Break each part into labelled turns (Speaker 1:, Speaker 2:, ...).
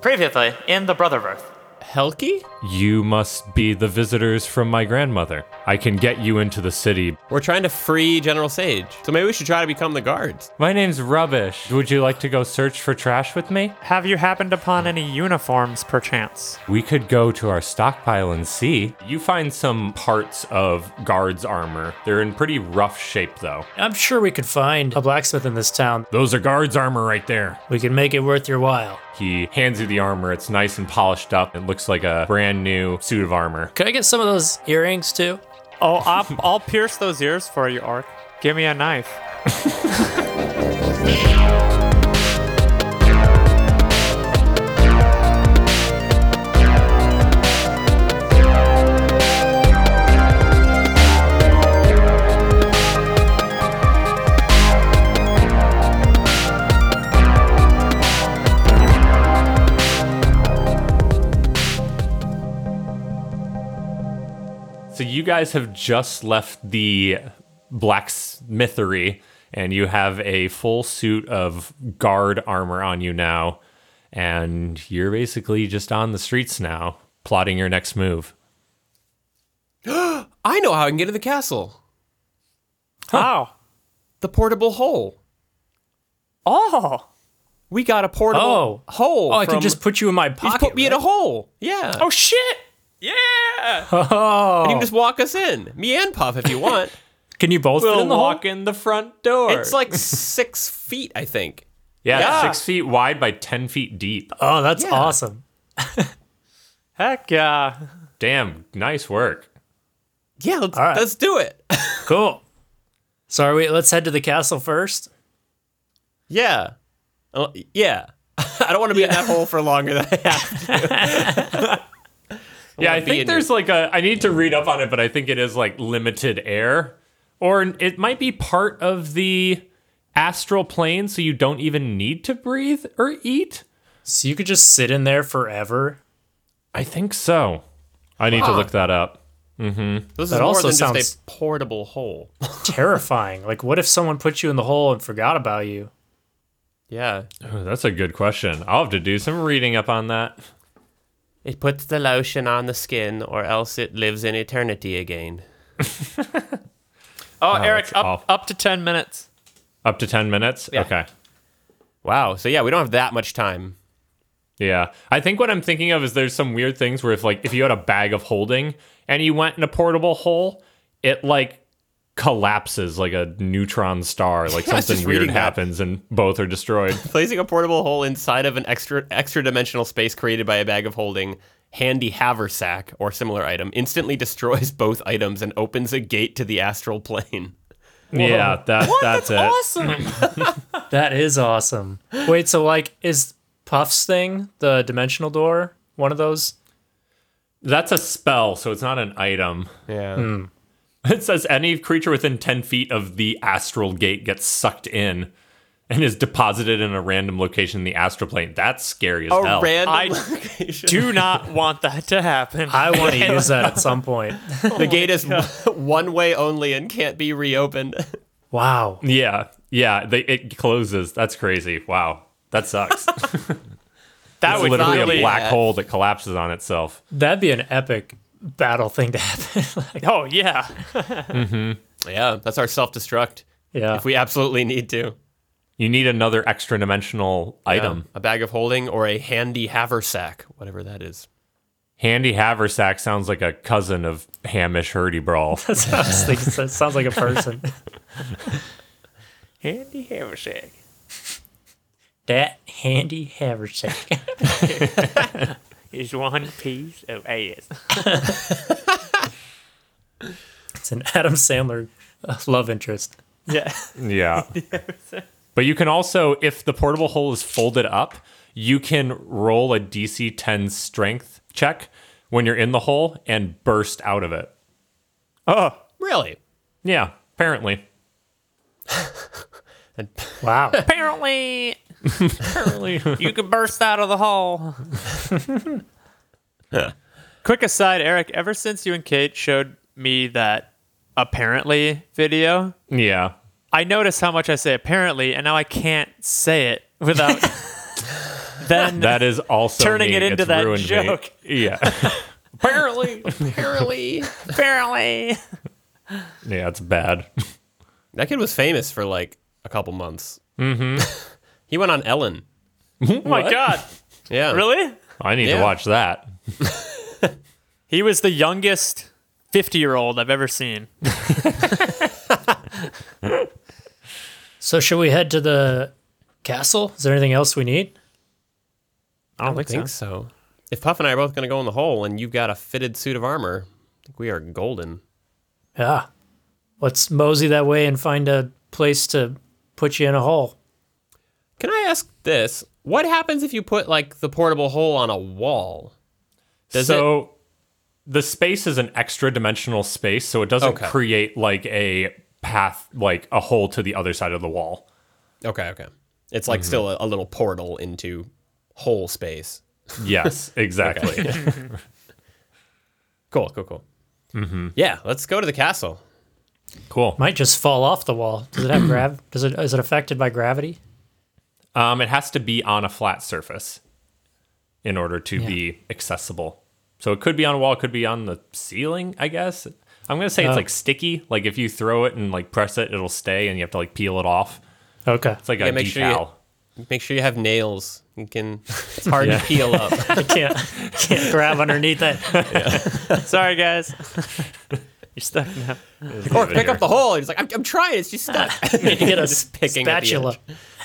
Speaker 1: Previously in the Brotherverse.
Speaker 2: Helki?
Speaker 3: You must be the visitors from my grandmother. I can get you into the city.
Speaker 2: We're trying to free General Sage. So maybe we should try to become the guards.
Speaker 3: My name's Rubbish. Would you like to go search for trash with me?
Speaker 4: Have you happened upon any uniforms, perchance?
Speaker 3: We could go to our stockpile and see. You find some parts of guards' armor. They're in pretty rough shape, though.
Speaker 5: I'm sure we could find a blacksmith in this town.
Speaker 3: Those are guards' armor right there.
Speaker 5: We could make it worth your while.
Speaker 3: He hands you the armor. It's nice and polished up. It looks like a brand new suit of armor.
Speaker 5: Could I get some of those earrings too?
Speaker 4: Oh, I'll, I'll pierce those ears for you, Orc. Give me a knife.
Speaker 3: So you guys have just left the blacksmithery, and you have a full suit of guard armor on you now, and you're basically just on the streets now, plotting your next move.
Speaker 2: I know how I can get to the castle.
Speaker 4: How?
Speaker 2: The portable hole.
Speaker 4: Oh.
Speaker 2: We got a portable
Speaker 5: Oh.
Speaker 2: hole.
Speaker 5: Oh, I could
Speaker 2: from-
Speaker 5: just put you in my
Speaker 2: He
Speaker 5: pocket.
Speaker 2: just put me in a
Speaker 5: right?
Speaker 2: hole. Yeah.
Speaker 4: Oh, shit. Yeah.
Speaker 2: You can just walk us in. Me and Puff if you want.
Speaker 5: Oh. Can you both fit in the hole?
Speaker 3: in the front door.
Speaker 2: it's like six feet, I think.
Speaker 3: yeah,
Speaker 2: Yeah.
Speaker 3: six feet wide by ten feet deep.
Speaker 5: Oh, that's
Speaker 2: Yeah.
Speaker 5: awesome.
Speaker 4: Heck yeah. Oh,
Speaker 3: Damn, nice work.
Speaker 2: Yeah, let's,
Speaker 5: right.
Speaker 2: let's do it.
Speaker 5: Cool. So are we let's head to the castle first.
Speaker 2: yeah. Oh, yeah. I don't want to be in that hole for longer than I have.
Speaker 3: Yeah, I
Speaker 2: wanna be
Speaker 3: think
Speaker 2: in your-
Speaker 3: there's like a. I need to read up on it, but I think it is like limited air, or it might be part of the astral plane, so you don't even need to breathe or eat.
Speaker 5: So you could just sit in there forever.
Speaker 3: I think so. I need to look that up.
Speaker 2: This is
Speaker 5: That
Speaker 2: more
Speaker 5: also
Speaker 2: than just
Speaker 5: sounds-
Speaker 2: a portable hole.
Speaker 5: Terrifying. like what if someone put you in the hole and forgot about you?
Speaker 2: Yeah.
Speaker 3: Oh, that's a good question. I'll have to do some reading up on that.
Speaker 2: It puts the lotion on the skin, or else it lives in eternity again.
Speaker 4: Oh, Eric,
Speaker 3: that's
Speaker 4: up,
Speaker 3: awful.
Speaker 4: up to 10 minutes.
Speaker 3: Up to ten minutes. Okay.
Speaker 2: Wow. So, yeah, we don't have that much time.
Speaker 3: Yeah. I think what I'm thinking of is there's some weird things where if like if you had a bag of holding and you went in a portable hole, it like collapses like a neutron star, like
Speaker 2: I was
Speaker 3: something
Speaker 2: just
Speaker 3: weird
Speaker 2: reading that.
Speaker 3: happens and both are destroyed.
Speaker 2: Placing a portable hole inside of an extra extra dimensional space created by a bag of holding, handy haversack, or similar item instantly destroys both items and opens a gate to the astral plane.
Speaker 3: yeah, that that's, it.
Speaker 5: That is awesome. Wait, so like is Puff's thing, the dimensional door, one of those?
Speaker 3: That's a spell, so it's not an item.
Speaker 2: Yeah.
Speaker 3: It says any creature within 10 feet of the astral gate gets sucked in and is deposited in a random location in the astral plane. That's scary as
Speaker 2: A
Speaker 3: hell.
Speaker 2: random
Speaker 4: I
Speaker 2: location.
Speaker 4: Do not want that to happen.
Speaker 5: I want to use that at some point.
Speaker 2: the gate is one way only and can't be reopened.
Speaker 5: Wow.
Speaker 3: yeah. Yeah, they, it closes. That's crazy. Wow. That sucks.
Speaker 4: that
Speaker 3: It's literally
Speaker 2: not
Speaker 3: a
Speaker 2: be
Speaker 3: black
Speaker 2: bad.
Speaker 3: hole that collapses on itself.
Speaker 5: That'd be an epic battle thing to happen. like,
Speaker 4: Oh, yeah.
Speaker 2: yeah, that's our self destruct
Speaker 5: yeah.
Speaker 2: if we absolutely need to.
Speaker 3: You need another extra dimensional item.
Speaker 2: Um, a bag of holding or a handy haversack, whatever that is.
Speaker 3: Handy Haversack sounds like a cousin of Hamish Hurdy Brawl.
Speaker 5: That's what I was thinking. That sounds like a person.
Speaker 4: Handy Haversack.
Speaker 5: that handy haversack.
Speaker 4: Is one piece of ass.
Speaker 5: It's an Adam Sandler uh, love interest.
Speaker 4: Yeah.
Speaker 3: Yeah. but you can also, if the portable hole is folded up, you can roll a DC 10 strength check when you're in the hole and burst out of it.
Speaker 2: Really?
Speaker 3: Yeah, apparently.
Speaker 2: And
Speaker 5: Wow.
Speaker 4: Apparently, apparently, you can burst out of the hole. Quick aside, Eric. Ever since you and Kate showed me that apparently video,
Speaker 3: Yeah.
Speaker 4: I noticed how much I say apparently, and now I can't say it without then
Speaker 3: That is also
Speaker 4: Turning
Speaker 3: me.
Speaker 4: it into
Speaker 3: It's
Speaker 4: that
Speaker 3: ruined me.
Speaker 4: joke.
Speaker 3: Yeah,
Speaker 2: Apparently, apparently.
Speaker 4: apparently
Speaker 3: yeah, it's bad.
Speaker 2: That kid was famous for like a couple months. Mm-hmm. he went on Ellen.
Speaker 4: oh my god
Speaker 2: Yeah.
Speaker 4: really
Speaker 3: I need
Speaker 2: Yeah.
Speaker 3: to watch that.
Speaker 4: he was the youngest 50 year old i've ever seen
Speaker 5: So should we head to the castle? Is there anything else we need?
Speaker 2: I don't think, so. If Puff and I are both going to go in the hole and you've got a fitted suit of armor, I think we are golden.
Speaker 5: Yeah. Let's mosey that way and find a place to put you in a hole.
Speaker 2: Can I ask this? What happens if you put like the portable hole on a wall? Does it?
Speaker 3: so the space is an extra dimensional space, so it doesn't
Speaker 2: Okay.
Speaker 3: create like a path, like a hole to the other side of the wall.
Speaker 2: Okay, okay. It's like still a, a little portal into hole space.
Speaker 3: Yes, exactly.
Speaker 2: Cool, cool, cool. Mm-hmm. Yeah, let's go to the castle.
Speaker 3: Cool.
Speaker 5: Might just fall off the wall. Does it have grav? Does it is it affected by gravity?
Speaker 3: Um, it has to be on a flat surface in order to be accessible. So it could be on a wall, it could be on the ceiling, I guess. I'm gonna
Speaker 2: Oh.
Speaker 3: say it's like sticky. Like if you throw it and like press it, it'll stay, and you have to like peel it off.
Speaker 5: Okay.
Speaker 3: It's like
Speaker 2: Yeah,
Speaker 3: a
Speaker 2: make
Speaker 3: decal.
Speaker 2: sure you- Make sure you have nails. You can. It's hard to peel up.
Speaker 5: I can't can't grab underneath it.
Speaker 4: sorry guys you're stuck now
Speaker 2: or pick up the hole. He's like, I'm, I'm trying. It's just stuck.
Speaker 5: Need to get a
Speaker 2: Just picking at the
Speaker 5: spatula.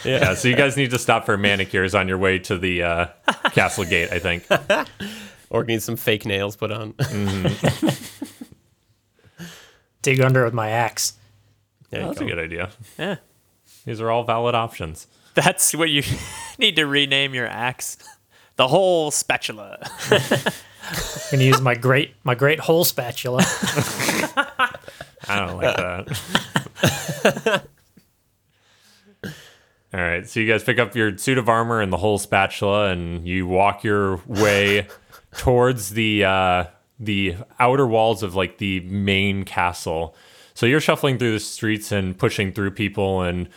Speaker 3: Yeah, so you guys need to stop for manicures on your way to the uh, castle gate, I think.
Speaker 2: or need some fake nails put on.
Speaker 5: Dig under with my axe.
Speaker 2: There you
Speaker 3: That's
Speaker 2: go.
Speaker 3: a good idea.
Speaker 4: yeah
Speaker 3: These are all valid options.
Speaker 4: that's what you need to rename your axe the whole spatula
Speaker 5: I'm gonna use my great my great hole spatula.
Speaker 3: I don't like that. All right, so you guys pick up your suit of armor and the whole spatula, and you walk your way towards the uh, the outer walls of like the main castle. So you're shuffling through the streets and pushing through people, and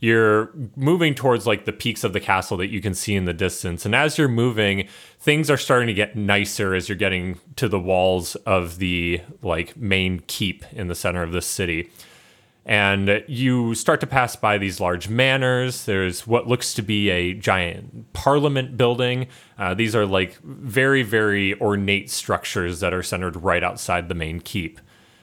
Speaker 3: you're moving towards like the peaks of the castle that you can see in the distance. And as you're moving, things are starting to get nicer as you're getting to the walls of the like main keep in the center of the city. And you start to pass by these large manors. There's what looks to be a giant parliament building. Uh, these are like very, very ornate structures that are centered right outside the main keep.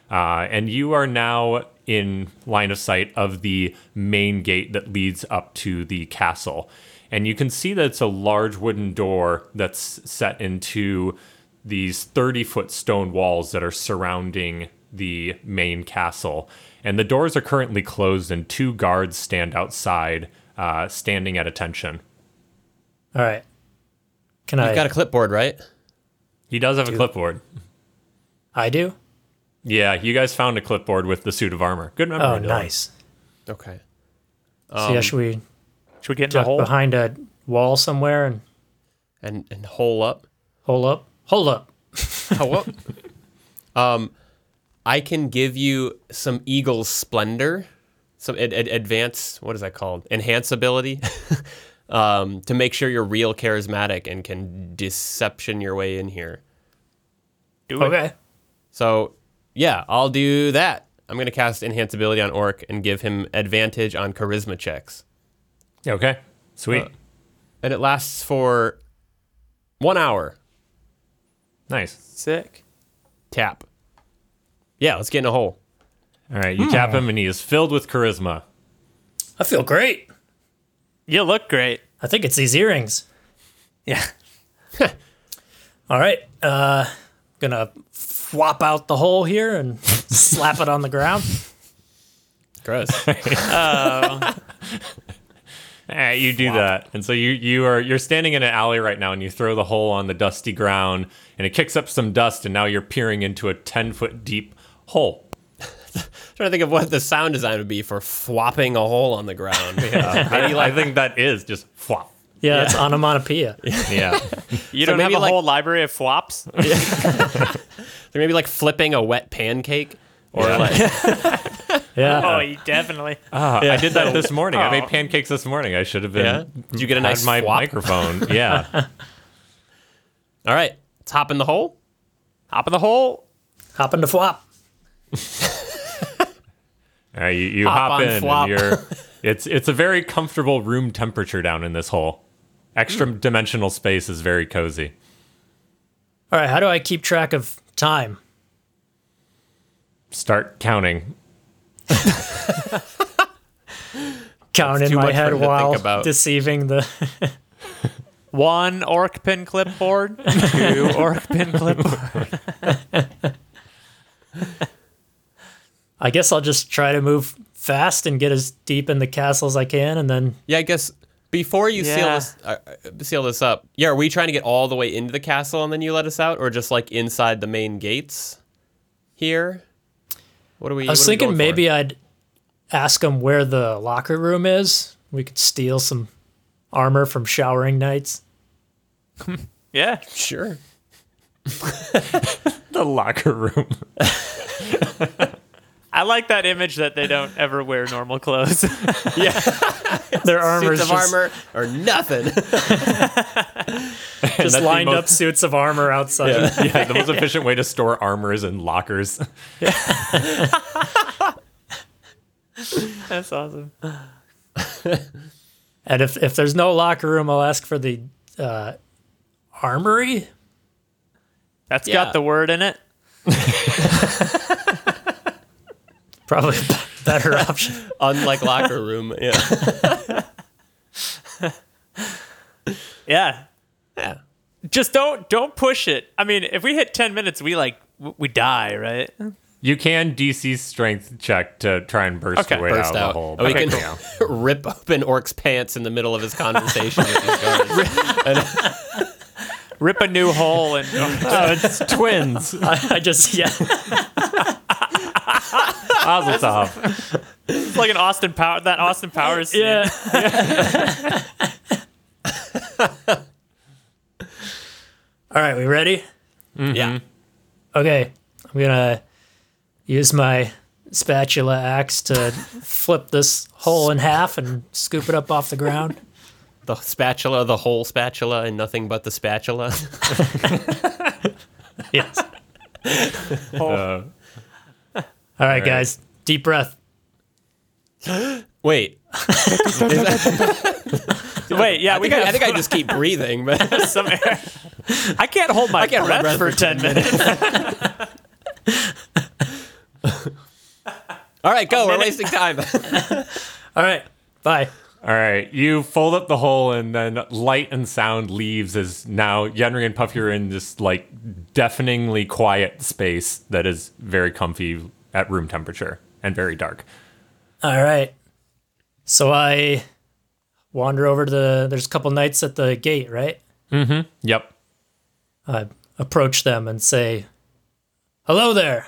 Speaker 3: Uh, and you are now in line of sight of the main gate that leads up to the castle. And you can see that it's a large wooden door that's set into these 30 foot stone walls that are surrounding the main castle. And the doors are currently closed, and two guards stand outside, uh, standing at attention.
Speaker 5: All right. Can I?
Speaker 2: You've got a clipboard, right?
Speaker 3: He does have a clipboard.
Speaker 5: I do.
Speaker 3: Yeah, you guys found a clipboard with the suit of armor. Good memory.
Speaker 5: Oh,
Speaker 3: Dylan.
Speaker 5: nice.
Speaker 2: Okay. Um,
Speaker 5: so yeah, should we
Speaker 4: should we get in the
Speaker 5: duck
Speaker 4: hole
Speaker 5: behind a wall somewhere and
Speaker 2: And and hole up.
Speaker 5: hole up? Hole up.
Speaker 2: Hole up. um, I can give you some eagle's splendor, some ad- ad- advanced. What is that called? Enhance ability. um, to make sure you're real charismatic and can deception your way in here.
Speaker 4: Do it.
Speaker 5: Okay.
Speaker 2: So, yeah, I'll do that. I'm going to cast Enhance Ability on Orc and give him advantage on charisma checks.
Speaker 3: Okay, sweet.
Speaker 2: And it lasts for one hour.
Speaker 3: nice.
Speaker 4: sick
Speaker 2: Tap. Yeah, let's get in a hole.
Speaker 3: All right, you tap him, and he is filled with charisma.
Speaker 5: I feel great.
Speaker 4: you look great
Speaker 5: I think it's these earrings.
Speaker 4: yeah
Speaker 5: All right. Uh, gonna flop out the hole here and slap it on the ground.
Speaker 2: Gross.
Speaker 3: Eh, you do that, and so you you are you're standing in an alley right now, and you throw the hole on the dusty ground, and it kicks up some dust, and now you're peering into a ten foot deep hole.
Speaker 2: trying to think of what the sound design would be for flopping a hole on the ground.
Speaker 3: I, I think that is just flop.
Speaker 5: Yeah, it's onomatopoeia.
Speaker 3: Yeah,
Speaker 4: you
Speaker 2: So
Speaker 4: don't have
Speaker 2: maybe
Speaker 4: a
Speaker 2: like-
Speaker 4: whole library of flops
Speaker 2: They're maybe like flipping a wet pancake. Or like,
Speaker 5: Yeah.
Speaker 4: Oh, you definitely.
Speaker 3: Ah, I did that this morning. I made pancakes this morning. I should have been.
Speaker 2: yeah. Did you get a
Speaker 3: had
Speaker 2: nice
Speaker 3: my
Speaker 2: flop?
Speaker 3: microphone. Yeah.
Speaker 2: All right, let's hop in the hole.
Speaker 4: Hop in the hole.
Speaker 5: Hop into flop.
Speaker 3: All right, you, you
Speaker 2: Hop
Speaker 3: hop,
Speaker 2: on
Speaker 3: in. and
Speaker 2: flop.
Speaker 3: you're, it's it's a very comfortable room temperature down in this hole. Extra dimensional space is very cozy.
Speaker 5: All right. How do I keep track of time?
Speaker 3: Start counting.
Speaker 5: Count in
Speaker 2: too
Speaker 5: my
Speaker 2: much for
Speaker 5: head
Speaker 2: him to
Speaker 5: while
Speaker 2: think about.
Speaker 5: deceiving the.
Speaker 4: One orc pin clipboard. Two orc pin clipboard.
Speaker 5: I guess I'll just try to move fast and get as deep in the castle as I can, and then
Speaker 2: Yeah, I guess before you seal
Speaker 4: Yeah.
Speaker 2: this uh, uh, seal this up. Yeah, are we trying to get all the way into the castle and then you let us out, or just like inside the main gates here? What are we?
Speaker 5: I was thinking maybe I'd ask him where the locker room is. We could steal some armor from showering nights.
Speaker 4: Yeah.
Speaker 2: sure.
Speaker 3: The locker room.
Speaker 4: I like that image that they don't ever wear normal clothes.
Speaker 5: Their armor is
Speaker 2: Suits of
Speaker 5: just,
Speaker 2: armor or nothing.
Speaker 5: just
Speaker 3: the
Speaker 5: lined up
Speaker 3: most-
Speaker 5: suits of armor outside.
Speaker 3: yeah, the most efficient way to store armor is in lockers.
Speaker 4: That's awesome.
Speaker 5: And if, if there's no locker room, I'll ask for the uh, armory.
Speaker 4: That's
Speaker 2: Yeah.
Speaker 4: got the word in it.
Speaker 5: Probably a better option.
Speaker 2: Unlike locker room. Yeah.
Speaker 4: Yeah.
Speaker 2: Yeah.
Speaker 4: Just don't don't push it. I mean, if we hit 10 minutes, we like w- we die, right?
Speaker 3: You can DC strength check to try and burst
Speaker 4: Okay.
Speaker 3: your way
Speaker 2: Burst
Speaker 3: out,
Speaker 2: out.
Speaker 3: of the hole.
Speaker 2: And we
Speaker 3: but,
Speaker 2: can
Speaker 3: you know.
Speaker 2: rip open Orc's pants in the middle of his conversation with these guards.
Speaker 4: Rip a new hole and
Speaker 5: Oh, it's
Speaker 3: twins.
Speaker 5: I, I just, yeah.
Speaker 3: Azatov.
Speaker 4: it's like an Austin Power that Austin Powers. scene.
Speaker 5: Yeah. All right, we ready?
Speaker 2: Yeah.
Speaker 3: Mm-hmm.
Speaker 5: Okay, I'm gonna use my spatula axe to flip this hole in half and scoop it up off the ground.
Speaker 2: The spatula, the whole spatula, and nothing but the spatula.
Speaker 5: Yes. All
Speaker 3: Uh,
Speaker 5: right, guys, deep breath.
Speaker 2: Wait.
Speaker 4: Wait, yeah,
Speaker 2: I
Speaker 4: we
Speaker 2: think, I,
Speaker 4: got
Speaker 2: I think I just keep breathing, but
Speaker 4: some air. I can't hold my
Speaker 2: can't hold my
Speaker 4: breath,
Speaker 2: breath
Speaker 4: for
Speaker 2: for
Speaker 4: 10 minutes.
Speaker 2: all right, go. We're wasting time.
Speaker 5: All right, bye.
Speaker 3: All right, you fold up the hole, and then light and sound leaves as now Yenri and Puffy are in this like deafeningly quiet space that is very comfy at room temperature and very dark.
Speaker 5: All right. So I wander over to the. There's a couple knights at the gate, right?
Speaker 3: Yep.
Speaker 5: I approach them and say, "Hello there."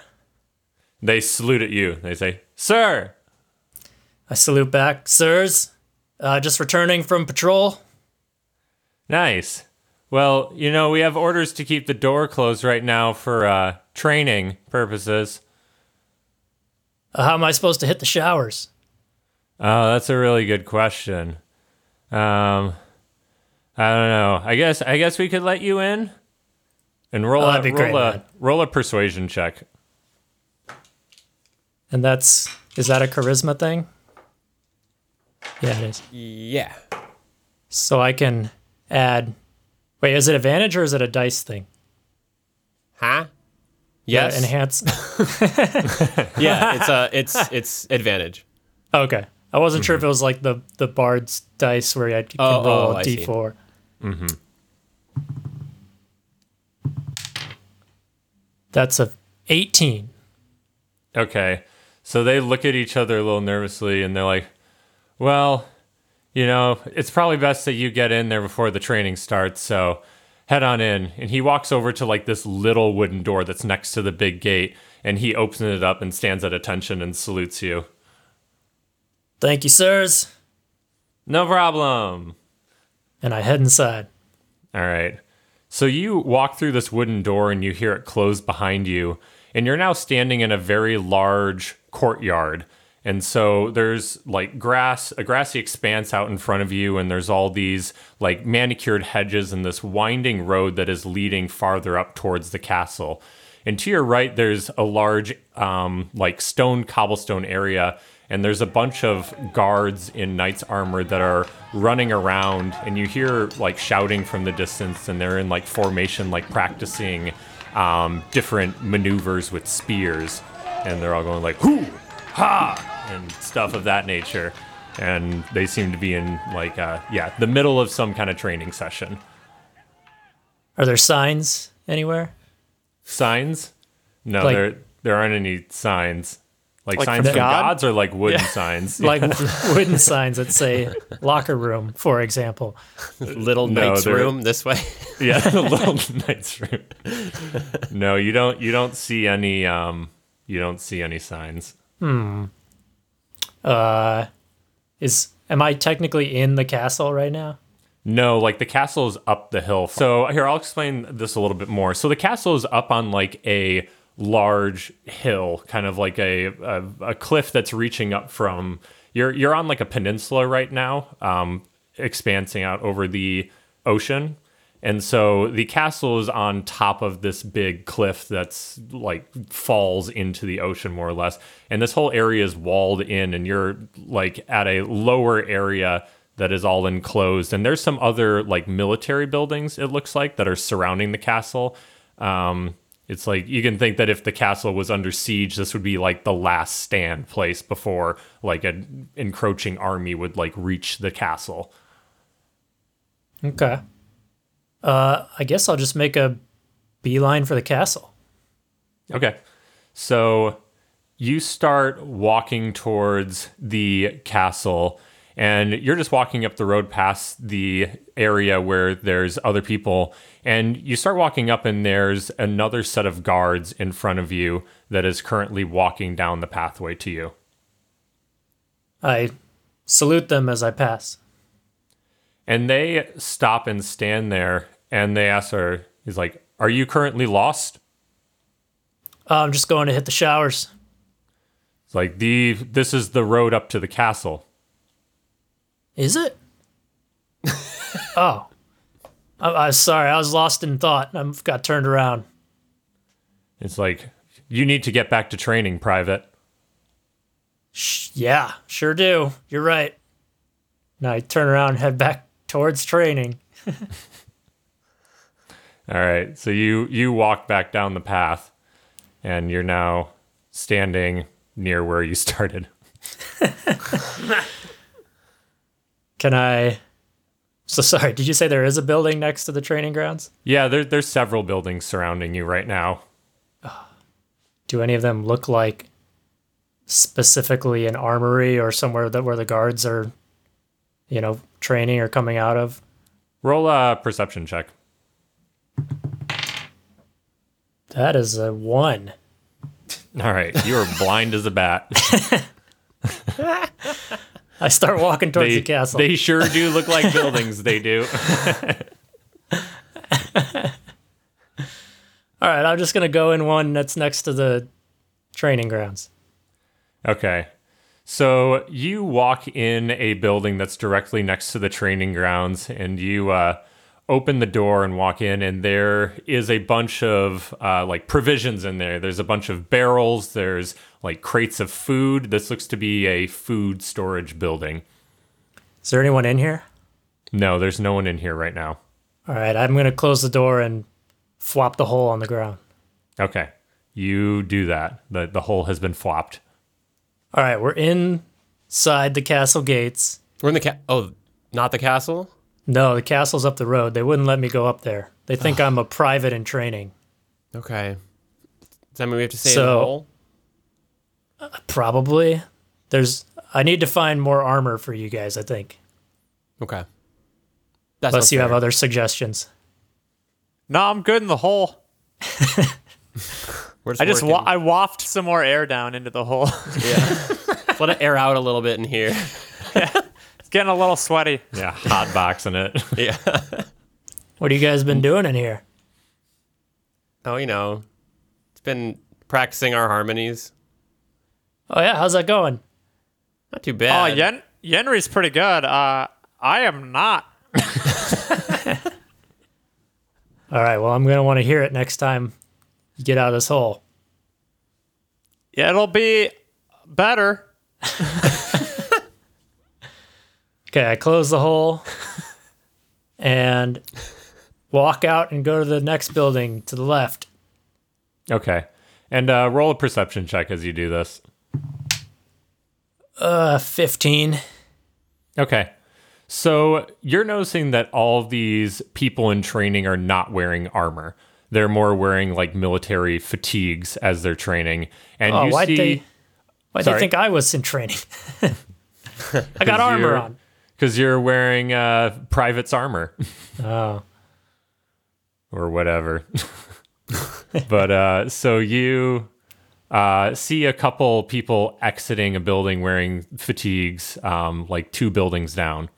Speaker 3: They salute at you. They say, "Sir."
Speaker 5: I salute back, sirs. Uh, just returning from patrol.
Speaker 3: Nice. Well, you know, we have orders to keep the door closed right now for uh training purposes.
Speaker 5: Uh, how am I supposed to hit the showers?
Speaker 3: Oh, that's a really good question. Um, I don't know. I guess I guess we could let you in and roll,
Speaker 5: Oh,
Speaker 3: a,
Speaker 5: that'd be
Speaker 3: roll,
Speaker 5: great,
Speaker 3: a,
Speaker 5: man.
Speaker 3: roll a persuasion check.
Speaker 5: And that's is that a charisma thing? Yeah, it is.
Speaker 2: yeah.
Speaker 5: So I can add. Wait, is it advantage or is it a dice thing?
Speaker 2: Huh?
Speaker 5: Yeah,
Speaker 2: Yes.
Speaker 5: enhance.
Speaker 2: yeah, it's uh, it's it's advantage.
Speaker 5: okay, I wasn't sure if it was like the the bard's dice where I can
Speaker 2: Oh,
Speaker 5: roll
Speaker 2: oh,
Speaker 5: a
Speaker 2: I see. Mm-hmm.
Speaker 5: D four. That's a eighteen.
Speaker 3: Okay. So they look at each other a little nervously and they're like, "Well, you know, it's probably best that you get in there before the training starts, so head on in." And he walks over to like this little wooden door that's next to the big gate and he opens it up and stands at attention and salutes you.
Speaker 5: Thank you, sirs.
Speaker 3: No problem.
Speaker 5: And I head inside.
Speaker 3: All right. So you walk through this wooden door and you hear it close behind you, And you're now standing in a very large courtyard. And so there's like grass, a grassy expanse out in front of you, and there's all these like manicured hedges and this winding road that is leading farther up towards the castle. And to your right, there's a large, um, like stone cobblestone area, and there's a bunch of guards in knight's armor that are running around, and you hear like shouting from the distance, and they're in like formation, like practicing um, different maneuvers with spears, and they're all going like "hoo, ha," and stuff of that nature, and they seem to be in like uh, yeah, the middle of some kind of training session.
Speaker 5: Are there signs anywhere?
Speaker 3: signs? No,
Speaker 5: Like-
Speaker 3: there there aren't any signs. Like,
Speaker 4: Like
Speaker 3: signs
Speaker 4: from
Speaker 3: from
Speaker 4: God?
Speaker 3: gods or like wooden signs.
Speaker 5: Like wooden signs that say locker room, for example.
Speaker 2: Little
Speaker 3: No,
Speaker 2: knight's
Speaker 3: there-
Speaker 2: room this way.
Speaker 3: yeah, the little knight's room. no, you don't you don't see any um you don't see any signs.
Speaker 5: Is am I technically in the castle right now?
Speaker 3: No, like the castle is up the hill. So here, I'll explain this a little bit more. So the castle is up on like a large hill, kind of like a a, a cliff that's reaching up from. You're you're on like a peninsula right now, um, expansing out over the ocean, and so the castle is on top of this big cliff that's like falls into the ocean more or less. And this whole area is walled in, and you're like at a lower area that is all enclosed. And there's some other like military buildings, it looks like, that are surrounding the castle. Um, it's like you can think that if the castle was under siege, this would be like the last stand place before like an encroaching army would like reach the castle.
Speaker 5: Okay. Uh, I guess I'll just make a beeline for the castle.
Speaker 3: Okay. So you start walking towards the castle and you're just walking up the road past the area where there's other people and you start walking up and there's another set of guards in front of you that is currently walking down the pathway to you.
Speaker 5: I salute them as I pass.
Speaker 3: And they stop and stand there and they ask her he's like, "Are you currently lost?"
Speaker 5: Uh, I'm just going to hit the showers.
Speaker 3: It's like, "The this is the road up to the castle."
Speaker 5: Is it? oh. I- I'm sorry. I was lost in thought. I have got turned around.
Speaker 3: It's like, "You need to get back to training, private."
Speaker 5: Sh- yeah, sure do. You're right. Now I turn around and head back towards training.
Speaker 3: All right. So you you walk back down the path, and you're now standing near where you started.
Speaker 5: Can I? So sorry. Did you say there is a building next to the training grounds?
Speaker 3: Yeah, there, there's several buildings surrounding you right now.
Speaker 5: Do any of them look like specifically an armory or somewhere that where the guards are, you know, training or coming out of?
Speaker 3: Roll a perception check.
Speaker 5: That is a one.
Speaker 3: All right, you are blind as a bat.
Speaker 5: I start walking towards
Speaker 3: They,
Speaker 5: the castle.
Speaker 3: they sure do look like buildings. They do.
Speaker 5: All right, I'm just gonna go in one that's next to the training grounds.
Speaker 3: Okay. So you walk in a building that's directly next to the training grounds, and you uh, open the door and walk in, and there is a bunch of uh, like provisions in there. There's a bunch of barrels. There's like crates of food. This looks to be a food storage building.
Speaker 5: Is there anyone in here?
Speaker 3: No, there's no one in here right now.
Speaker 5: All right, I'm gonna close the door and flop the hole on the ground.
Speaker 3: Okay, you do that. the The hole has been flopped.
Speaker 5: All right, we're inside the castle gates.
Speaker 2: We're in the ca- oh, not the castle.
Speaker 5: No, the castle's up the road. They wouldn't let me go up there. They think I'm a private in training.
Speaker 2: Okay. Does that mean we have to stay in
Speaker 5: So-
Speaker 2: the hole?
Speaker 5: Probably. There's. I need to find more armor for you guys. I think.
Speaker 2: Okay. That's
Speaker 5: Unless you have other suggestions.
Speaker 4: No, I'm good in the hole.
Speaker 2: We're
Speaker 4: I just wa-
Speaker 2: working.
Speaker 4: I waft some more air down into the hole.
Speaker 2: let it air out a little bit in here.
Speaker 4: it's getting a little sweaty.
Speaker 3: Yeah, hot boxing it.
Speaker 2: yeah.
Speaker 5: Mm. What have you guys been doing in here?
Speaker 2: Oh, you know, it's been practicing our harmonies.
Speaker 5: Oh yeah, how's that going?
Speaker 2: Not too
Speaker 4: Oh,
Speaker 2: bad.
Speaker 4: Yen- Yenri's pretty good. Uh, I am not.
Speaker 5: All right, well I'm gonna want to hear it next time you get out of this hole.
Speaker 4: It'll be better.
Speaker 5: Okay, I close the hole and walk out and go to the next building to the left.
Speaker 3: Okay. And uh, roll a perception check as you do this.
Speaker 5: Uh, fifteen.
Speaker 3: Okay. So you're noticing that all of these people in training are not wearing armor. They're more wearing like military fatigues as they're training. And
Speaker 5: Oh,
Speaker 3: you
Speaker 5: why'd
Speaker 3: see
Speaker 5: they? Why do you
Speaker 3: Sorry.
Speaker 5: think I was in training? I got armor on.
Speaker 3: Because you're wearing uh, private's armor.
Speaker 5: Oh,
Speaker 3: or whatever. but uh, so you uh, see a couple people exiting a building wearing fatigues, um, like two buildings down.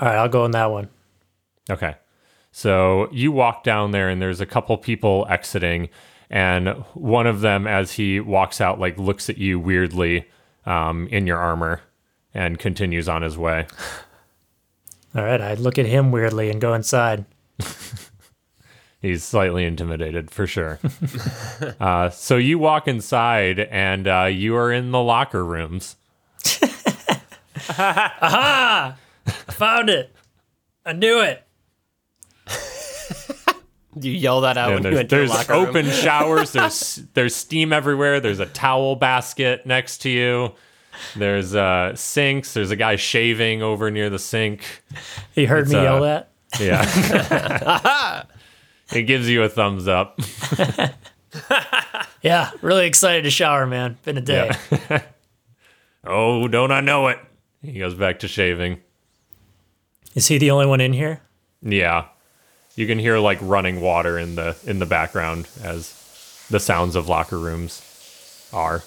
Speaker 5: all right, I'll go in that one.
Speaker 3: Okay. So you walk down there, and there's a couple people exiting, and one of them, as he walks out, like looks at you weirdly um, in your armor, and continues on his way.
Speaker 5: All right, I look at him weirdly and go inside.
Speaker 3: He's slightly intimidated for sure. uh, so you walk inside, and uh, you are in the locker rooms.
Speaker 5: Found it. I knew it.
Speaker 2: You yell that out
Speaker 3: And
Speaker 2: when Oh, you
Speaker 3: there's
Speaker 2: enter the
Speaker 3: there's
Speaker 2: locker room.
Speaker 3: open showers. There's there's steam everywhere. There's a towel basket next to you. There's uh, sinks. There's a guy shaving over near the sink.
Speaker 5: He heard me
Speaker 3: uh,
Speaker 5: yell that.
Speaker 3: Yeah, it gives you a thumbs up.
Speaker 5: Yeah, really excited to shower, man. Been a day.
Speaker 3: Oh, don't I know it? He goes back to shaving.
Speaker 5: Is he the only one in here?
Speaker 3: Yeah. You can hear like running water in the in the background as the sounds of locker rooms are.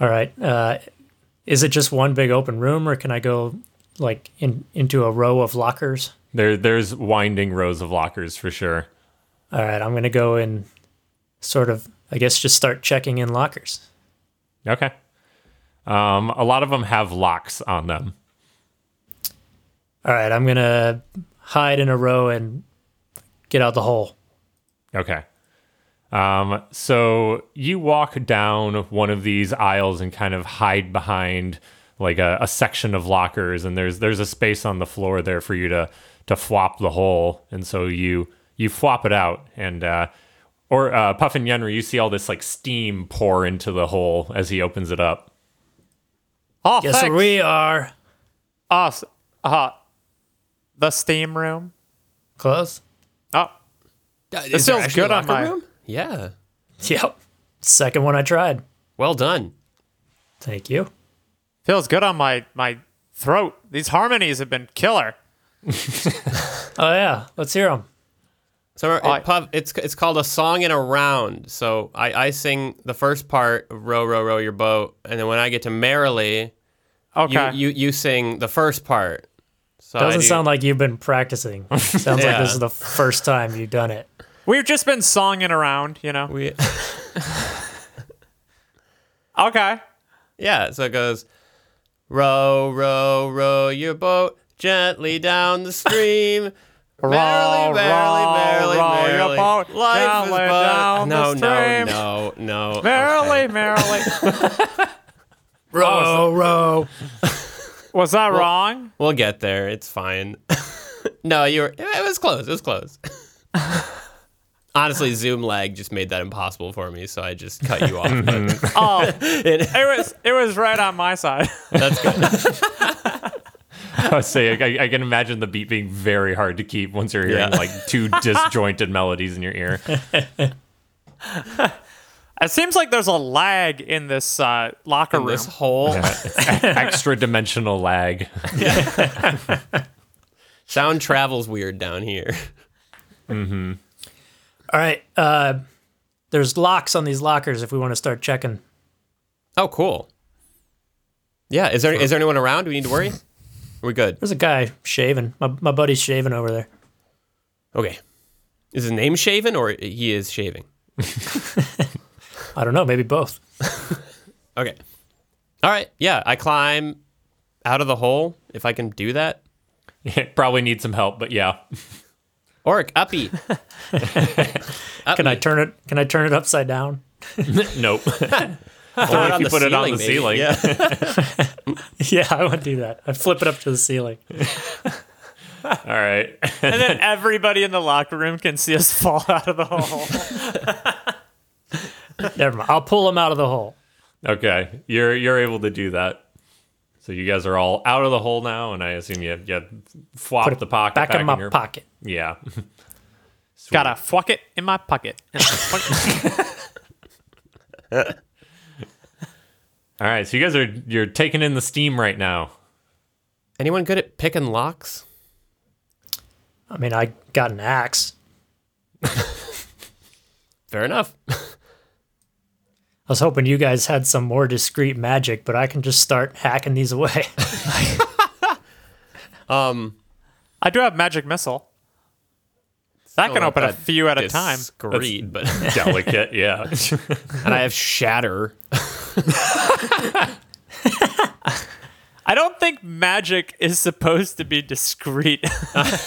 Speaker 5: All right. Uh, is it just one big open room, or can I go like in into a row of lockers?
Speaker 3: There there's winding rows of lockers for sure.
Speaker 5: All right, I'm gonna go and sort of, I guess, just start checking in lockers.
Speaker 3: Okay. Um a lot of them have locks on them.
Speaker 5: All right, I'm gonna hide in a row and get out the hole.
Speaker 3: Okay. Um, so you walk down one of these aisles and kind of hide behind like a, a section of lockers, and there's there's a space on the floor there for you to to flop the hole, and so you you flop it out, and uh, or uh, Puff and Yenri, you see all this like steam pour into the hole as he opens it up.
Speaker 4: Oh,
Speaker 5: Yes,
Speaker 4: thanks.
Speaker 5: we are
Speaker 4: Us. Uh, the steam room.
Speaker 5: close.
Speaker 4: Oh,
Speaker 2: Uh, is
Speaker 4: This
Speaker 2: there
Speaker 4: feels
Speaker 2: actually a
Speaker 4: good on
Speaker 2: locker
Speaker 4: my-
Speaker 2: room? Yeah.
Speaker 5: Yep, second one I tried.
Speaker 2: Well done.
Speaker 5: Thank you.
Speaker 4: feels good on my my throat. These harmonies have been killer.
Speaker 5: Oh yeah, let's hear them.
Speaker 2: So it-
Speaker 4: I-
Speaker 2: Puff, it's it's called a song in a round. So I, I sing the first part, row row row your boat, and then when I get to merrily, you
Speaker 4: Okay.
Speaker 2: you, you sing the first part. So
Speaker 5: Doesn't sound like you've been practicing. Sounds like
Speaker 2: Oh, Yeah.
Speaker 5: this is the first time you've done it.
Speaker 4: We've just been songing around, you know.
Speaker 2: we
Speaker 4: Okay.
Speaker 2: yeah. So it goes, row row row your boat gently down the stream.
Speaker 4: Row,
Speaker 2: Merrily, merrily,
Speaker 4: row,
Speaker 2: merrily,
Speaker 4: row your
Speaker 2: merrily.
Speaker 4: boat
Speaker 2: Life is
Speaker 4: gently
Speaker 2: but-
Speaker 4: down
Speaker 2: no,
Speaker 4: the stream.
Speaker 2: no, no, no.
Speaker 4: Merrily,
Speaker 2: Okay.
Speaker 4: merrily.
Speaker 5: Row, row.
Speaker 4: Was that wrong?
Speaker 2: We'll get there. It's fine. no, you were. It was close. It was close. Honestly, Zoom lag just made that impossible for me, so I just cut you off. but
Speaker 4: Oh, it was it was right on my side.
Speaker 2: that's good.
Speaker 3: I say I, I can imagine the beat being very hard to keep once you're hearing
Speaker 2: Yeah.
Speaker 3: like two disjointed melodies in your ear.
Speaker 4: It seems like there's a lag in this uh, locker room.
Speaker 2: This whole
Speaker 3: Extra dimensional lag.
Speaker 2: sound travels weird down here.
Speaker 5: All right. Uh, there's locks on these lockers if we want to start checking.
Speaker 2: Oh, cool. Yeah, is there is there anyone around? Do we need to worry? Are we good?
Speaker 5: There's a guy shaving. My, my buddy's shaving over there.
Speaker 2: Okay. Is his name shaven or he is shaving?
Speaker 5: I don't know, maybe both.
Speaker 2: Okay. All right. Yeah, I climb out of the hole if I can do that.
Speaker 3: Probably need some help, but yeah.
Speaker 2: Oric, uppy.
Speaker 5: Can I turn it? Can I turn it upside down?
Speaker 3: Nope.
Speaker 2: Throw
Speaker 3: if you put it on the
Speaker 2: maybe.
Speaker 3: ceiling.
Speaker 2: Yeah.
Speaker 5: yeah, I would do that. I'd flip it up to the ceiling.
Speaker 3: All right.
Speaker 4: And then everybody in the locker room can see us fall out of the hole.
Speaker 5: Never mind. I'll pull him out of the hole.
Speaker 3: Okay. You're you're able to do that. So you guys are all out of the hole now, and I assume you you flop
Speaker 5: Put it
Speaker 3: the pocket
Speaker 5: back, in my
Speaker 3: your,
Speaker 5: pocket.
Speaker 3: Yeah.
Speaker 4: Got a fuck it in my pocket. And I fuck-
Speaker 3: All right. So you guys are you're taking in the steam right now.
Speaker 2: Anyone good at picking locks?
Speaker 5: I mean, I got an axe.
Speaker 2: Fair enough.
Speaker 5: I was hoping you guys had some more discreet magic, but I can just start hacking these away.
Speaker 4: I do have magic missile. That can
Speaker 2: Not
Speaker 4: open a
Speaker 2: that
Speaker 4: few at a time.
Speaker 2: Oh, Discreet, but
Speaker 3: Delicate. Yeah.
Speaker 2: and I have shatter.
Speaker 4: I don't think magic is supposed to be discreet.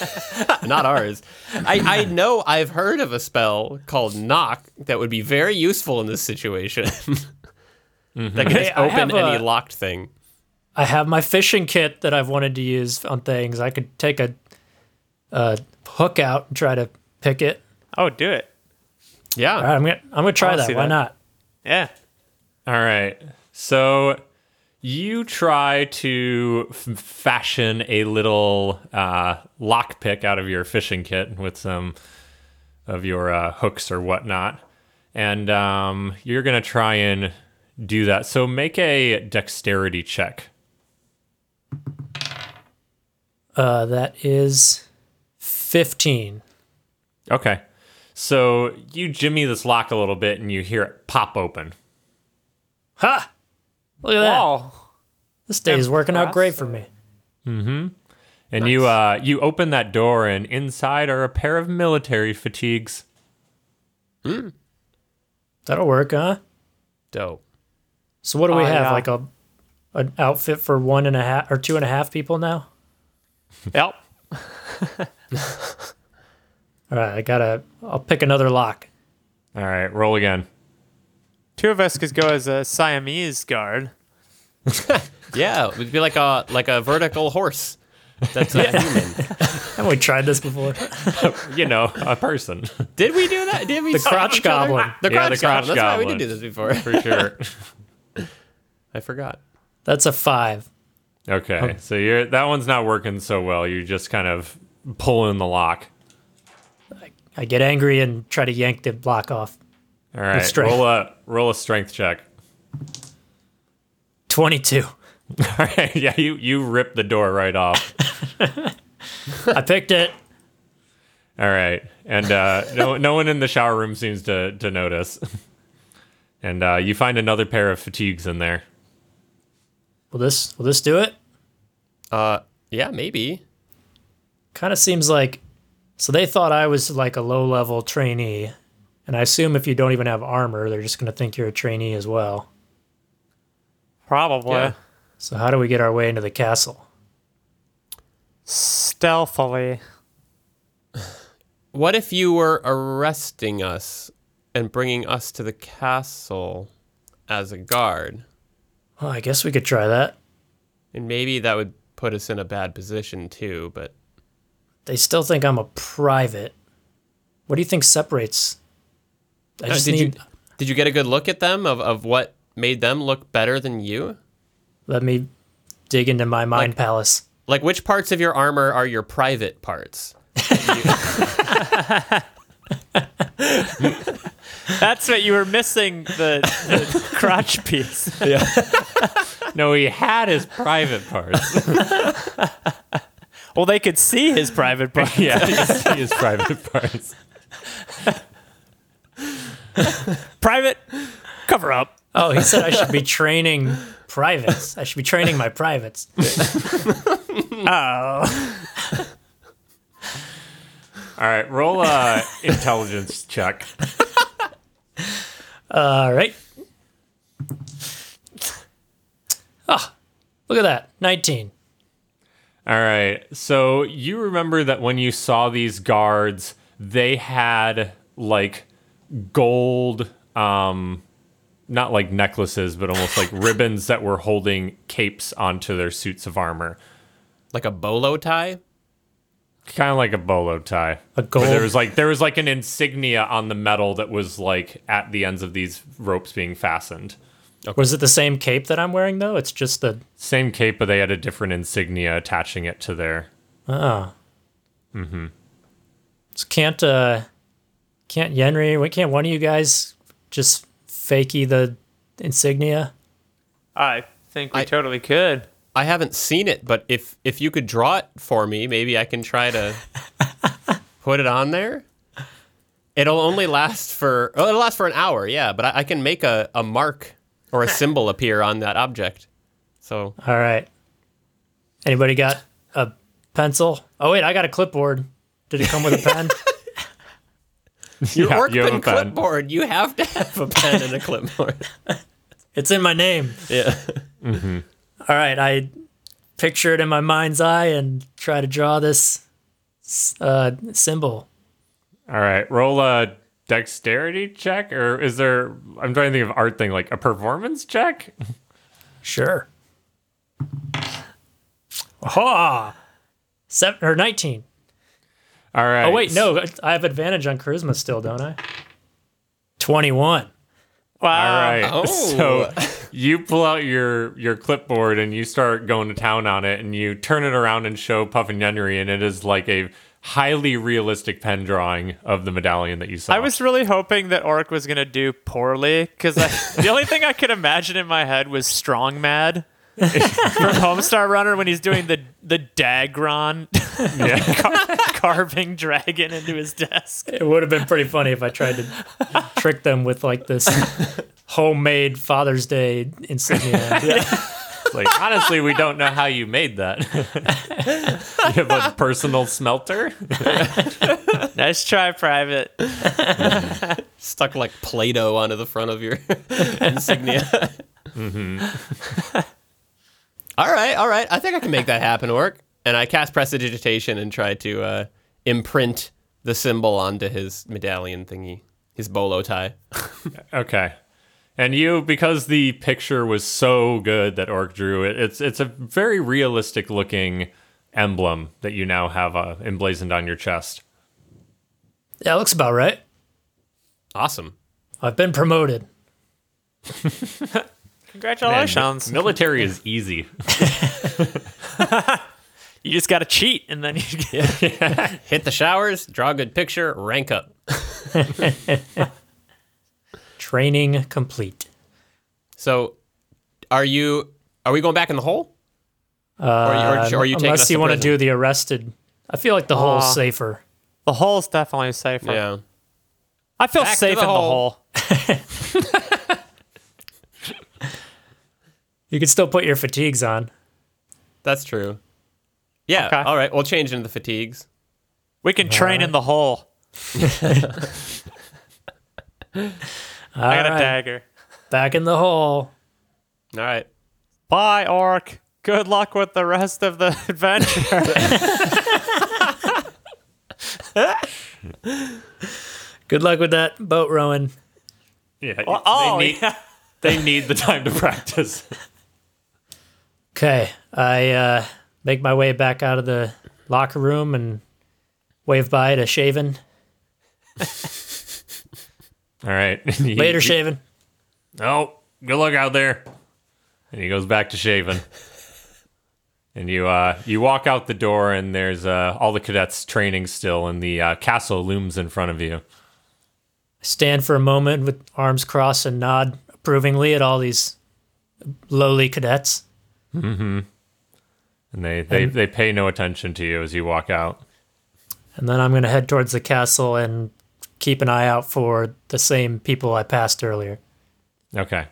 Speaker 2: not ours. I, I know I've heard of a spell called knock that would be very useful in this situation. That can just
Speaker 5: I have
Speaker 2: open any
Speaker 5: a-
Speaker 2: locked thing.
Speaker 5: I have my fishing kit that I've wanted to use on things. I could take a, a hook out and try to pick it.
Speaker 4: oh, do it.
Speaker 2: Yeah.
Speaker 5: All right, I'm gonna I'm gonna try
Speaker 4: I'll
Speaker 5: that.
Speaker 4: see
Speaker 5: Why
Speaker 4: that.
Speaker 5: not?
Speaker 4: Yeah.
Speaker 3: All right. So you try to f- fashion a little uh, lockpick out of your fishing kit with some of your uh, hooks or whatnot. And um, you're going to try and do that. So make a dexterity check.
Speaker 5: Uh, that is fifteen.
Speaker 3: Okay. So you jimmy this lock a little bit and you hear it pop open.
Speaker 5: Ha! Look at that.
Speaker 4: Oh,
Speaker 5: This day is working out great for me.
Speaker 3: And you uh, you open that door and inside are a pair of military fatigues.
Speaker 5: That'll work, huh?
Speaker 2: Dope.
Speaker 5: So what do we
Speaker 4: Oh,
Speaker 5: have?
Speaker 4: yeah.
Speaker 5: Like a an outfit for one and a half or two and a half people now?
Speaker 4: yep.
Speaker 5: All right, I gotta. I'll pick another lock.
Speaker 3: All right, roll again.
Speaker 4: Two of us could go as a Siamese guard.
Speaker 2: Yeah, it would be like a like a vertical horse. That's a human.
Speaker 5: Haven't we tried this before?
Speaker 3: you know, a person
Speaker 2: Did we do that? Did we?
Speaker 5: The
Speaker 2: stop
Speaker 5: crotch
Speaker 2: each other? Ah,
Speaker 5: goblin.
Speaker 2: The
Speaker 3: Yeah,
Speaker 2: crotch,
Speaker 3: the crotch
Speaker 2: goblin. That's why we
Speaker 3: goblin.
Speaker 2: did do this before.
Speaker 3: for sure.
Speaker 2: I forgot.
Speaker 5: That's a five.
Speaker 3: okay, so you're that one's not working so well. You're just kind of pulling the lock.
Speaker 5: I get angry and try to yank the block off.
Speaker 3: All right,
Speaker 5: strength.
Speaker 3: roll a roll a strength check.
Speaker 5: Twenty-two.
Speaker 3: All right, yeah, you you rip the door right off.
Speaker 5: I picked it.
Speaker 3: All right, and uh, no no one in the shower room seems to to notice. And uh, you find another pair of fatigues in there.
Speaker 5: Will this will this do it?
Speaker 2: Uh, yeah, maybe.
Speaker 5: Kind of seems like so they thought I was like a low level trainee, and I assume if you don't even have armor, they're just gonna think you're a trainee as well.
Speaker 4: Probably.
Speaker 2: Yeah.
Speaker 5: So how do we get our way into the castle?
Speaker 4: Stealthily.
Speaker 2: What if you were arresting us and bringing us to the castle as a guard?
Speaker 5: Well, I guess we could try that.
Speaker 2: And maybe that would put us in a bad position too, but
Speaker 5: They still think I'm a private. What do you think separates? I
Speaker 2: Uh,
Speaker 5: just
Speaker 2: did
Speaker 5: need.
Speaker 2: you did you get a good look at them of, of what made them look better than you?
Speaker 5: Let me dig into my mind
Speaker 2: Like-
Speaker 5: palace.
Speaker 2: Like which parts of your armor are your private parts?
Speaker 4: That's what you were missing the, the crotch piece.
Speaker 3: No, he had his private parts.
Speaker 4: Well, they could see his private part.
Speaker 3: yeah, you see his private parts.
Speaker 4: private cover up.
Speaker 5: Oh, he said I should be training privates. I should be training my privates.
Speaker 4: Oh.
Speaker 3: All right, roll uh, intelligence check.
Speaker 5: All right. Ah, Ah, look at that. 19.
Speaker 3: All right. So you remember that when you saw these guards, they had like gold, um, not like necklaces, but almost like ribbons that were holding capes onto their suits of armor,
Speaker 2: Like a bolo tie?
Speaker 3: kind of like a bolo tie.
Speaker 5: A
Speaker 3: But
Speaker 5: gold-
Speaker 3: There was like there was like an insignia on the metal that was like at the ends of these ropes being fastened.
Speaker 5: Was it the same cape that I'm wearing, though? It's just the.
Speaker 3: Same cape, but they had a different insignia attaching it to their
Speaker 5: it's- Can't, uh. Can't Yenri. Wait, can't one of you guys just fakey the insignia?
Speaker 4: I think we
Speaker 2: I-
Speaker 4: totally could.
Speaker 2: I haven't seen it, but if if you could draw it for me, maybe I can try to put it on there. It'll only last for oh, it'll last for an hour, yeah. But I, I can make a, a mark or a symbol appear on that object. So
Speaker 5: All right. Anybody got a pencil? Oh, wait, I got a clipboard. Did it come with a pen?
Speaker 2: your
Speaker 3: Yeah,
Speaker 2: work
Speaker 3: you have
Speaker 2: pen
Speaker 3: a pen.
Speaker 2: clipboard, you have to have a pen and a clipboard.
Speaker 5: It's in my name.
Speaker 2: yeah.
Speaker 5: All right, I picture it in my mind's eye and try to draw this s- uh, symbol.
Speaker 3: All right, roll a dexterity check, or is there? I'm trying to think of art thing like a performance check.
Speaker 5: Sure. Ha! Seven or nineteen.
Speaker 3: All right.
Speaker 5: Oh wait, no, I have advantage on charisma still, don't I? Twenty-one. uh,
Speaker 3: All
Speaker 4: Wow.
Speaker 3: right.
Speaker 2: Oh.
Speaker 3: So you pull out your your clipboard and you start going to town on it, and you turn it around and show Puff and Yenery, and it is like a highly realistic pen drawing of the medallion that you saw.
Speaker 4: I was really hoping that Orc was gonna do poorly because the only thing I could imagine in my head was Strong Mad from Homestar Runner when he's doing the the Dagron car- carving dragon into his desk.
Speaker 5: It would have been pretty funny if I tried to trick them with like this homemade Father's Day insignia.
Speaker 3: like, honestly, we don't know how you made that. you have a personal smelter.
Speaker 4: Nice try, Private.
Speaker 2: Stuck like Play-Doh onto the front of your insignia. Mm-hmm. all right, all right. I think I can make that happen, Orc. And I cast Prestidigitation and try to uh, imprint the symbol onto his medallion thingy, his bolo tie.
Speaker 3: Okay. And you, because the picture was so good that Orc drew it, it's it's a very realistic looking emblem that you now have uh, emblazoned on your chest.
Speaker 5: that looks about right.
Speaker 2: Awesome.
Speaker 5: I've been promoted.
Speaker 3: And
Speaker 4: Congratulations.
Speaker 3: military is easy.
Speaker 4: You just gotta cheat and then you get
Speaker 2: Hit the showers, draw a good picture, rank up.
Speaker 5: Training complete.
Speaker 2: So, are you? Are we going back in the hole? Uh, or, are you- or are you taking
Speaker 5: Unless
Speaker 2: us
Speaker 5: you want to
Speaker 2: prison? Ah.
Speaker 5: do the arrested. I feel like the hole's
Speaker 4: Aw.
Speaker 5: safer.
Speaker 4: the hole's definitely safer.
Speaker 2: Yeah.
Speaker 4: I feel
Speaker 2: Back to
Speaker 4: safe
Speaker 2: the
Speaker 4: in the
Speaker 2: hole.
Speaker 4: hole.
Speaker 5: You can still put your fatigues on.
Speaker 2: That's true. Yeah.
Speaker 4: Okay.
Speaker 2: All right. We'll change into the fatigues.
Speaker 4: We can train in the hole. I got
Speaker 5: All
Speaker 4: a
Speaker 5: right,
Speaker 4: dagger.
Speaker 5: Back in the hole.
Speaker 2: All right.
Speaker 4: Bye, Orc. Good luck with the rest of the adventure.
Speaker 5: Good luck with that boat rowing.
Speaker 3: Yeah.
Speaker 4: oh,
Speaker 3: they, need,
Speaker 4: yeah.
Speaker 3: they need the time to practice.
Speaker 5: Okay, I uh, make my way back out of the locker room and wave bye to Shaven.
Speaker 3: All right. He-
Speaker 5: Later,
Speaker 3: he-
Speaker 5: Shaven.
Speaker 3: Oh, good luck out there. And he goes back to shaving. and you uh, you walk out the door, and there's uh, all the cadets training still, and the uh, castle looms in front of you.
Speaker 5: Stand for a moment with arms crossed and nod approvingly at all these lowly cadets.
Speaker 3: And they, they, they pay no attention to you as you walk out.
Speaker 5: And then I'm going to head towards the castle and keep an eye out for the same people I passed earlier.
Speaker 3: Okay.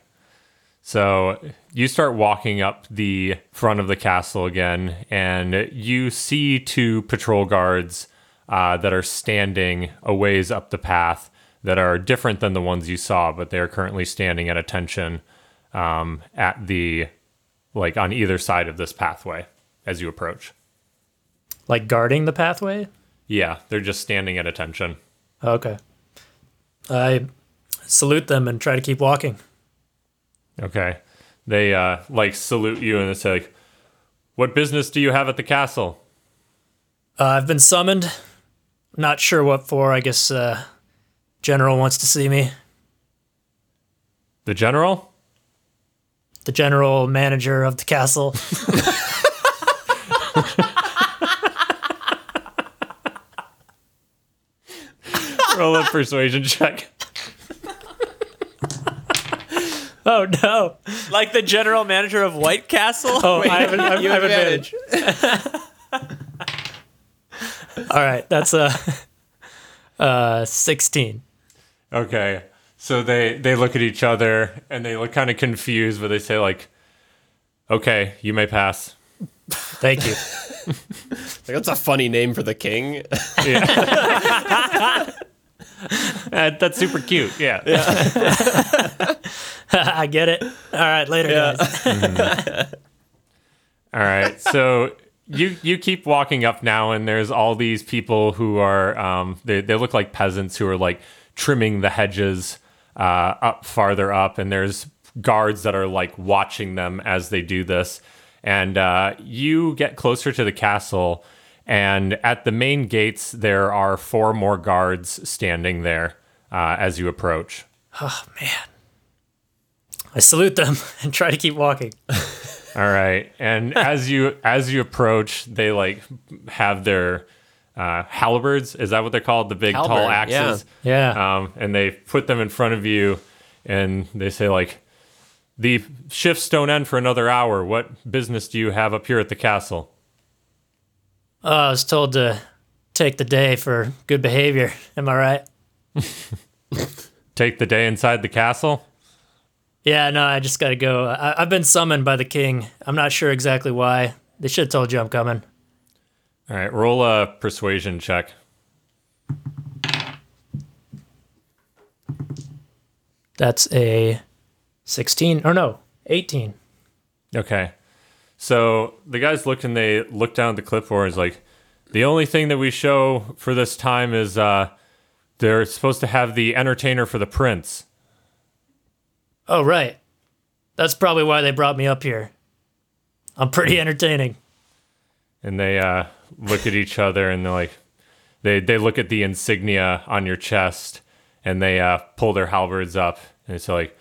Speaker 3: So you start walking up the front of the castle again, and you see two patrol guards uh, that are standing a ways up the path that are different than the ones you saw, but they are currently standing at attention um, at the like on either side of this pathway as you approach.
Speaker 5: Like guarding the pathway?
Speaker 3: Yeah, they're just standing at attention.
Speaker 5: Okay. I salute them and try to keep walking.
Speaker 3: Okay. They uh, like salute you and it's like, "What business do you have at the castle?"
Speaker 5: Uh, I've been summoned. Not sure what for. I guess uh, General wants to see me.
Speaker 3: The general.
Speaker 5: The general manager of the castle.
Speaker 3: Roll a persuasion check.
Speaker 5: oh no!
Speaker 4: Like the general manager of White Castle.
Speaker 5: Oh, I have, an, I have, I have advantage. All right, that's a uh, sixteen.
Speaker 3: Okay. So they they look at each other and they look kind of confused, but they say like, "Okay, you may pass."
Speaker 5: Thank you.
Speaker 2: Like, that's a funny name for the king.
Speaker 3: Uh, that's super cute. Yeah.
Speaker 5: I get it. All right, later, guys.
Speaker 3: All right. So you you keep walking up now, and there's all these people who are um, they they look like peasants who are like trimming the hedges uh, up farther up, and there's guards that are like watching them as they do this. And uh, you get closer to the castle, and at the main gates there are four more guards standing there uh, as you approach.
Speaker 5: I salute them and try to keep walking.
Speaker 3: All right. And as you as you approach, they like have their uh, halberds. Is that what they're called? The big tall
Speaker 2: Halberd, yeah.
Speaker 3: axes.
Speaker 5: Yeah.
Speaker 3: Um, and they put them in front of you, and they say like, "The shifts don't end for another hour. What business do you have up here at the castle?"
Speaker 5: Oh, I was told to take the day for good behavior. Am I right?
Speaker 3: Take the day inside the castle.
Speaker 5: Yeah, no, I just got to go. I, I've been summoned by the king. I'm not sure exactly why. They should have told you I'm coming.
Speaker 3: All right. Roll a persuasion check.
Speaker 5: That's a 16, or no, 18.
Speaker 3: Okay. So the guys looked and they looked down at the clipboard and is like, the only thing that we show for this time is uh, they're supposed to have the entertainer for the prince.
Speaker 5: Oh, right. That's probably why they brought me up here. I'm pretty entertaining.
Speaker 3: And they uh, look at each other and they're like, they, they look at the insignia on your chest and they uh, pull their halberds up. And it's like,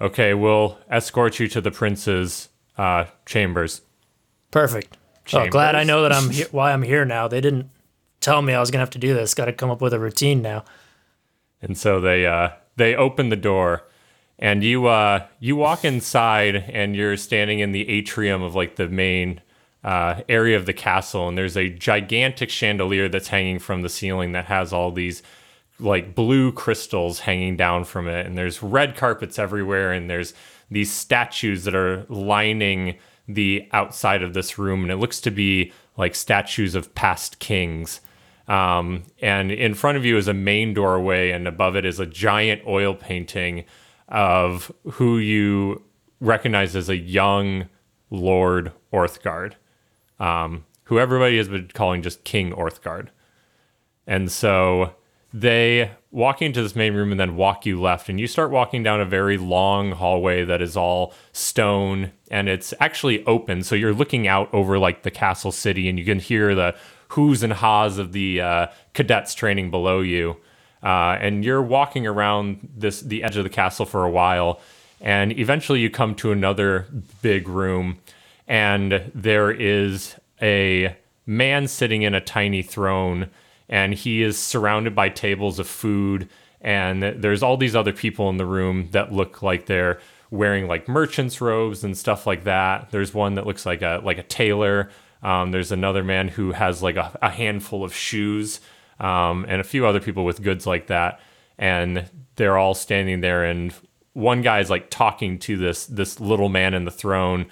Speaker 3: okay, we'll escort you to the prince's uh, chambers.
Speaker 5: Perfect. Oh, glad I
Speaker 3: Chambers.
Speaker 5: know that I'm he- why I'm here now. They didn't tell me I was gonna have to do this. Got to come up with a routine now.
Speaker 3: And so they uh, they open the door, and you uh, you walk inside, and you're standing in the atrium of like the main uh, area of the castle, and there's a gigantic chandelier that's hanging from the ceiling that has all these like blue crystals hanging down from it, and there's red carpets everywhere, and there's these statues that are lining the outside of this room, and it looks to be like statues of past kings. Um, and in front of you is a main doorway, and above it is a giant oil painting of who you recognize as a young Lord Orthgard, um, who everybody has been calling just King Orthgard. And so they walk into this main room and then walk you left, and you start walking down a very long hallway that is all stone and it's actually open. So you're looking out over like the castle city, and you can hear the who's and ha's of the uh, cadets training below you. Uh, and you're walking around this the edge of the castle for a while, and eventually you come to another big room, and there is a man sitting in a tiny throne, and he is surrounded by tables of food, and there's all these other people in the room that look like they're wearing like merchants robes and stuff like that. There's one that looks like a like a tailor. Um, there's another man who has like a, a handful of shoes, um, and a few other people with goods like that. And they're all standing there, and one guy's like talking to this this little man in the throne,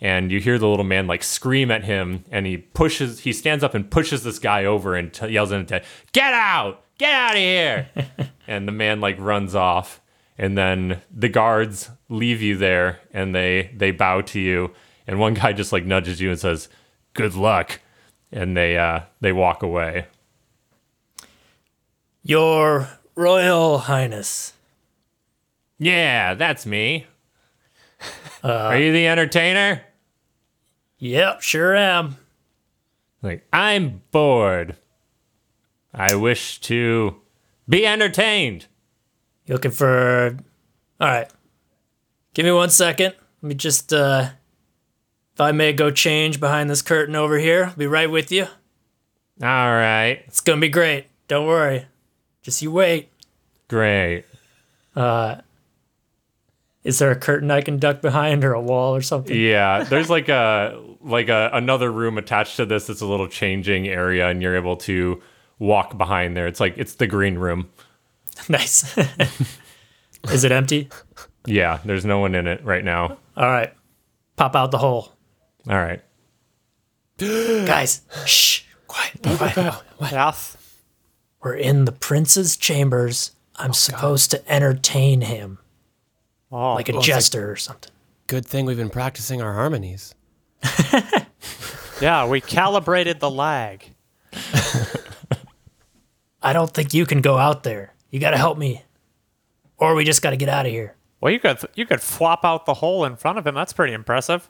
Speaker 3: and you hear the little man like scream at him, and he pushes, he stands up and pushes this guy over and t- yells at him, "Get out! Get out of here!" and the man like runs off, and then the guards leave you there, and they they bow to you, and one guy just like nudges you and says, "Good luck," and they uh, they walk away.
Speaker 5: Your Royal Highness.
Speaker 3: Yeah, that's me. Are you the entertainer?
Speaker 5: Yep, sure am.
Speaker 3: Like, I'm bored. I wish to be entertained.
Speaker 5: You looking for. All right. Give me one second. Let me just, uh. If I may go change behind this curtain over here, I'll be right with you.
Speaker 3: All right,
Speaker 5: It's gonna be great. Don't worry. Just you wait.
Speaker 3: great.
Speaker 5: Is there a curtain I can duck behind or a wall or something?
Speaker 3: Yeah, there's like a like a another room attached to this. It's a little changing area, and you're able to walk behind there. It's like it's the green room.
Speaker 5: nice. Is it empty?
Speaker 3: Yeah, there's no one in it right now.
Speaker 5: All right. Pop out the hole.
Speaker 3: All right.
Speaker 5: Guys, shh. Quiet. quiet.
Speaker 4: Ralph.
Speaker 5: We're in the prince's chambers. I'm supposed to entertain him
Speaker 4: Oh,
Speaker 5: like a jester or something.
Speaker 2: Good thing we've been practicing our harmonies.
Speaker 4: yeah, we calibrated the lag.
Speaker 5: I don't think you can go out there. You got to help me. Or we just got to get out of here.
Speaker 4: Well, you could you could flop out the hole in front of him. That's pretty impressive.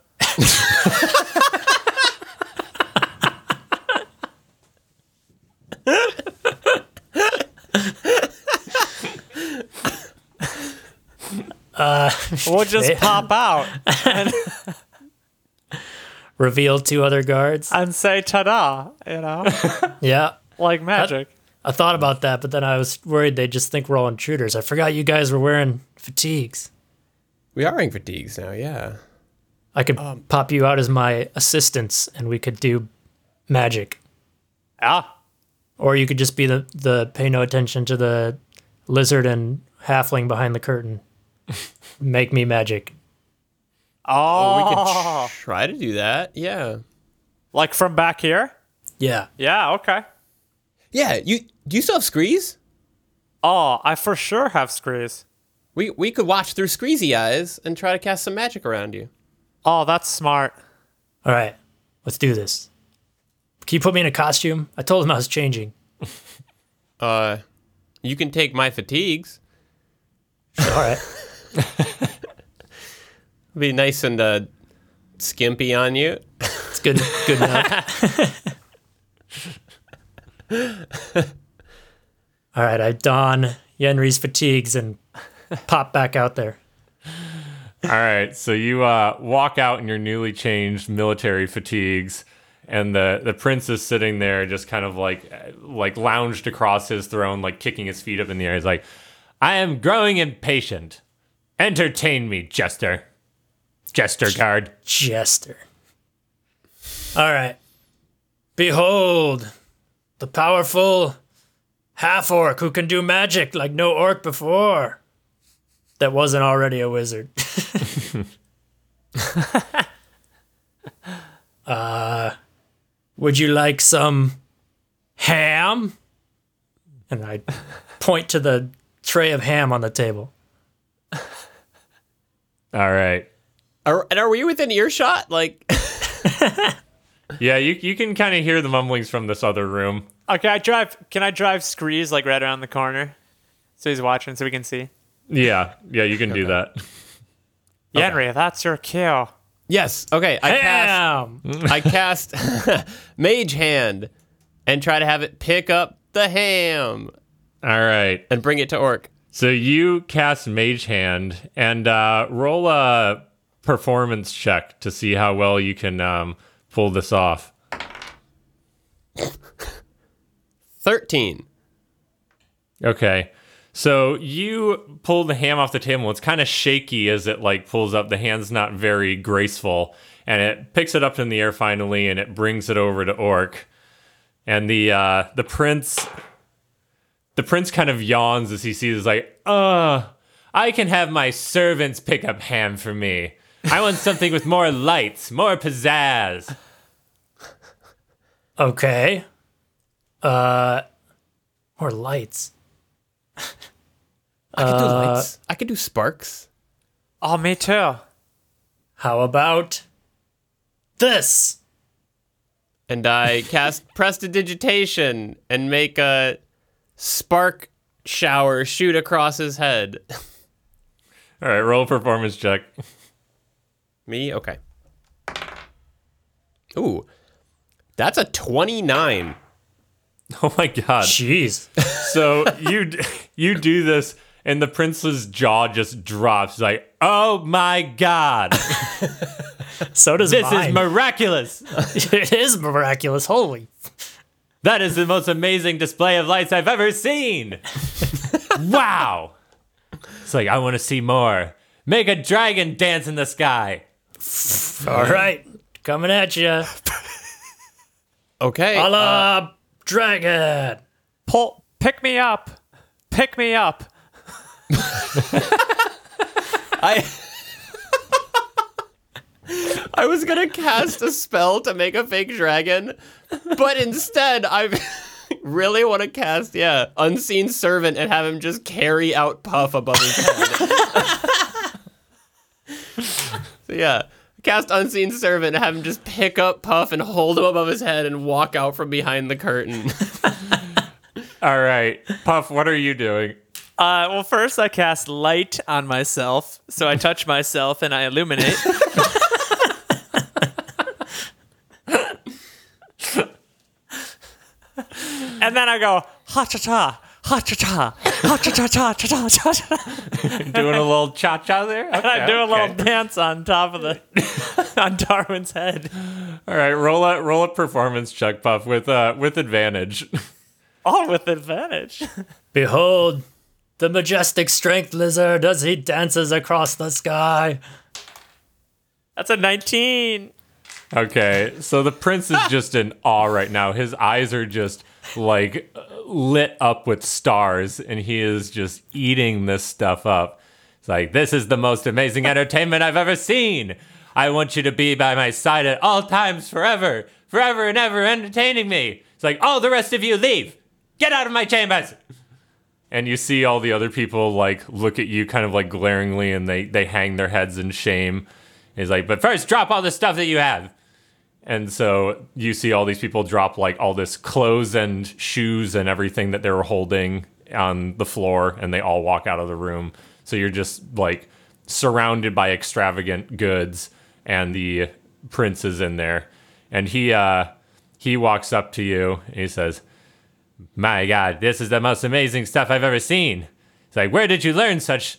Speaker 4: we'll just pop out and,
Speaker 5: Reveal two other guards.
Speaker 4: and say ta-da, you know,
Speaker 5: yeah.
Speaker 4: like magic.
Speaker 5: I thought about that, but then I was worried they'd just think we're all intruders. I forgot you guys were wearing fatigues.
Speaker 2: We are in fatigues now, yeah.
Speaker 5: I could pop you out as my assistants and we could do magic.
Speaker 4: Ah,
Speaker 5: Or you could just be the, the pay no attention to the lizard and halfling behind the curtain. Make me magic.
Speaker 4: oh,
Speaker 2: We could try to do that, yeah.
Speaker 4: like from back here?
Speaker 5: Yeah.
Speaker 4: Yeah, okay.
Speaker 2: Yeah, you do you still have Screes?
Speaker 4: Oh, I for sure have screws.
Speaker 2: We we could watch through Screezy eyes and try to cast some magic around you.
Speaker 4: Oh, that's smart.
Speaker 5: All right. Let's do this. Can you put me in a costume? I told him I was changing.
Speaker 2: Uh you can take my fatigues.
Speaker 5: All right.
Speaker 2: Be nice and uh skimpy on you.
Speaker 5: It's good. Good enough. All right. I don Yenri's fatigues and pop back out there.
Speaker 3: All right, so you uh, walk out in your newly changed military fatigues, and the, the prince is sitting there, just kind of like uh, like lounged across his throne, like kicking his feet up in the air. He's like, "I am growing impatient. Entertain me, jester, jester guard."
Speaker 5: Jester. All right. Behold the powerful half orc who can do magic like no orc before. That wasn't already a wizard. uh, Uh, would you like some ham? And I point to the tray of ham on the table.
Speaker 3: All right,
Speaker 2: Are and are we within earshot? Like
Speaker 3: yeah, you you can kind of hear the mumblings from this other room.
Speaker 4: Okay, I drive. Oh, Can I drive Screes like right around the corner, so he's watching, so we can see?
Speaker 3: Yeah, yeah, you can do that.
Speaker 4: Yenri, that's your cue.
Speaker 2: Yes, okay. I cast
Speaker 5: Ham!
Speaker 2: I cast Mage Hand and try to have it pick up the ham
Speaker 3: All right,
Speaker 2: and bring it to Orc.
Speaker 3: So you cast Mage Hand and uh, roll a performance check to see how well you can um, pull this off.
Speaker 2: 13.
Speaker 3: Okay. So you pull the ham off the table. It's kind of shaky as it like pulls up. The hand's not very graceful, and it picks it up in the air finally, and it brings it over to Orc. And the uh, the prince, the prince kind of yawns as he sees. It's like, uh, I can have my servants pick up ham for me. I want something with more lights, more pizzazz.
Speaker 5: Okay. Uh, or lights.
Speaker 2: I could do lights. Uh, I could do sparks.
Speaker 4: Oh, me too.
Speaker 5: How about this?
Speaker 2: And I cast prestidigitation and make a spark shower shoot across his head.
Speaker 3: All right, roll a performance check.
Speaker 2: Me? Okay. Ooh. That's a 29.
Speaker 3: Oh my god.
Speaker 5: Jeez.
Speaker 3: So you d- you do this and the prince's jaw just drops He's like, "Oh my god.
Speaker 5: So does
Speaker 3: This
Speaker 5: mine.
Speaker 3: is miraculous.
Speaker 5: it is miraculous. Holy.
Speaker 3: That is the most amazing display of lights I've ever seen. wow. It's like, I want to see more. Make a dragon dance in the sky.
Speaker 5: All
Speaker 3: Mm-hmm.
Speaker 5: right. Coming at you.
Speaker 2: Okay.
Speaker 3: Uh,
Speaker 5: A la dragon.
Speaker 4: Pull, pick me up, pick me up.
Speaker 2: I I was gonna cast a spell to make a fake dragon, but instead I really want to cast yeah unseen servant and have him just carry out Puff above his head. so yeah, cast unseen servant and have him just pick up Puff and hold him above his head and walk out from behind the curtain.
Speaker 3: All right. Puff, what are you doing?
Speaker 4: Uh, well, first I cast light on myself, so I touch myself and I illuminate. and then I go ha cha cha, ha cha cha, ha cha cha cha cha cha cha. cha.
Speaker 3: Doing a little cha cha there?
Speaker 4: I
Speaker 3: Okay,
Speaker 4: do a little
Speaker 3: okay.
Speaker 4: dance on top of the on Darwin's head.
Speaker 3: All right, roll a roll a performance check, Puff, with uh with advantage.
Speaker 4: all with advantage.
Speaker 5: Behold, the majestic strength lizard as he dances across the sky.
Speaker 4: That's a 19.
Speaker 3: Okay, so the prince is just in awe right now. His eyes are just like lit up with stars, and he is just eating this stuff up. It's like, this is the most amazing entertainment I've ever seen. I want you to be by my side at all times, forever, forever and ever, entertaining me. It's like, all the rest of you leave. Get out of my chambers. And you see all the other people like look at you kind of like glaringly and they, they hang their heads in shame. He's like, but first drop all the stuff that you have. And so you see all these people drop like all this clothes and shoes and everything that they were holding on the floor and they all walk out of the room. So you're just like surrounded by extravagant goods and the prince is in there. And he uh he walks up to you and he says, "My god, this is the most amazing stuff I've ever seen." It's like, "Where did you learn such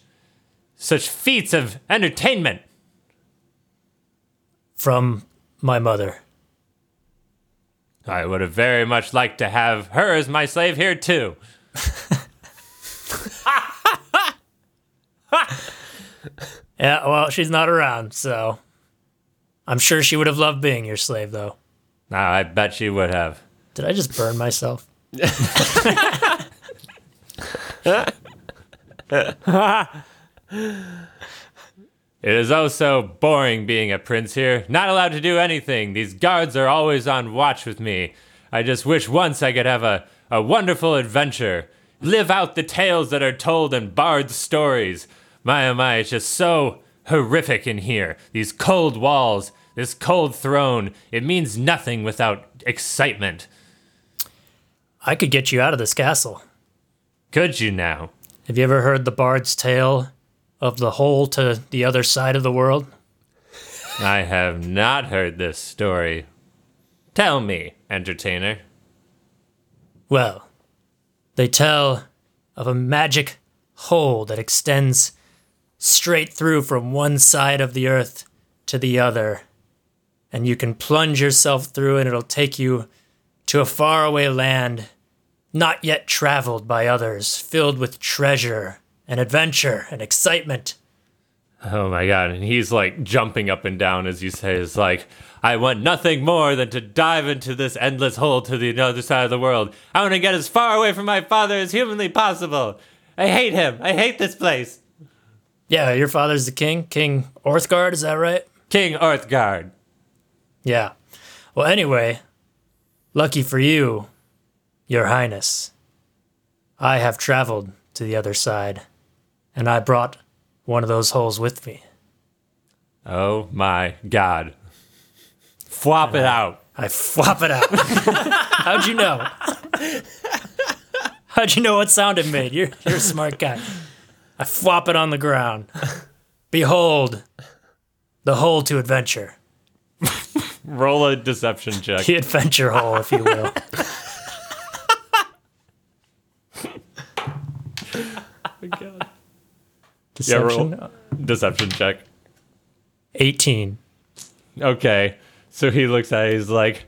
Speaker 3: such feats of entertainment?"
Speaker 5: From my mother.
Speaker 3: I would have very much liked to have her as my slave here too.
Speaker 5: Yeah, well, she's not around, so. I'm sure she would have loved being your slave, though.
Speaker 3: No, I bet she would have.
Speaker 5: Did I just burn myself?
Speaker 3: It is oh so boring being a prince here. Not allowed to do anything. These guards are always on watch with me. I just wish once I could have a, a wonderful adventure. Live out the tales that are told in bard stories. My oh my, it's just so horrific in here. These cold walls, this cold throne. It means nothing without excitement.
Speaker 5: I could get you out of this castle.
Speaker 3: Could you now?
Speaker 5: Have you ever heard the bard's tale of the hole to the other side of the world?
Speaker 3: I have not heard this story. Tell me, entertainer.
Speaker 5: Well, they tell of a magic hole that extends straight through from one side of the earth to the other. And you can plunge yourself through, and it'll take you to a faraway land not yet traveled by others, filled with treasure and adventure and excitement.
Speaker 3: Oh my god, and he's like jumping up and down as you say, it's like, I want nothing more than to dive into this endless hole to the other side of the world. I want to get as far away from my father as humanly possible. I hate him. I hate this place.
Speaker 5: Yeah, your father's the king, King Orthgard, is that right?
Speaker 3: King Earthguard.
Speaker 5: Yeah. Well, anyway, lucky for you, Your Highness, I have traveled to the other side, and I brought one of those holes with me.
Speaker 3: Oh my god. Uh-huh. Flop it out.
Speaker 5: I flop it out. How'd you know? How'd you know what sound it made? You're, you're a smart guy. I flop it on the ground. Behold, the hole to adventure.
Speaker 3: Roll a deception check.
Speaker 5: The adventure hole, if you will.
Speaker 3: yeah,
Speaker 5: Deception?
Speaker 3: roll deception check.
Speaker 5: 18.
Speaker 3: Okay. So he looks at it, he's like,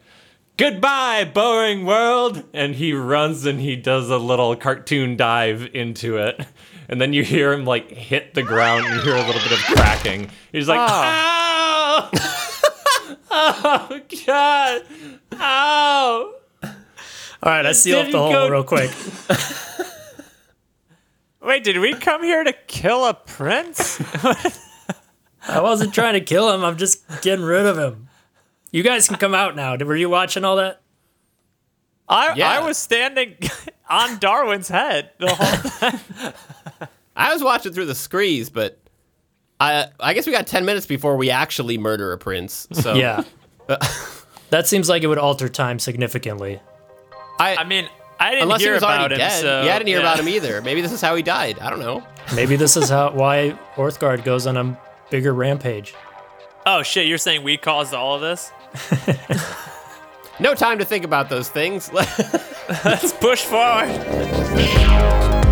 Speaker 3: Goodbye, boring world! And he runs and he does a little cartoon dive into it. And then you hear him like hit the ground and you hear a little bit of cracking. He's like, Ow! oh god! Ow!
Speaker 5: All right, I seal up the
Speaker 3: Didn't
Speaker 5: hole
Speaker 3: go-
Speaker 5: real quick.
Speaker 4: Wait, did we come here to kill a prince?
Speaker 5: I wasn't trying to kill him. I'm just getting rid of him. You guys can come out now. Were you watching all that?
Speaker 4: I
Speaker 2: Yeah.
Speaker 4: I was standing on Darwin's head the whole
Speaker 2: I was watching through the screes, but I I guess we got ten minutes before we actually murder a prince. So
Speaker 5: Yeah. that seems like it would alter time significantly.
Speaker 2: I,
Speaker 4: I mean, I didn't
Speaker 2: unless he
Speaker 4: hear
Speaker 2: was
Speaker 4: about
Speaker 2: already
Speaker 4: him.
Speaker 2: dead.
Speaker 4: So,
Speaker 2: yeah, I didn't hear about him either. Maybe this is how he died. I don't know.
Speaker 5: Maybe this is how why Orthgard goes on a bigger rampage.
Speaker 2: e-
Speaker 4: Oh shit, you're saying we caused all of this?
Speaker 2: No time to think about those things.
Speaker 4: Let's push forward.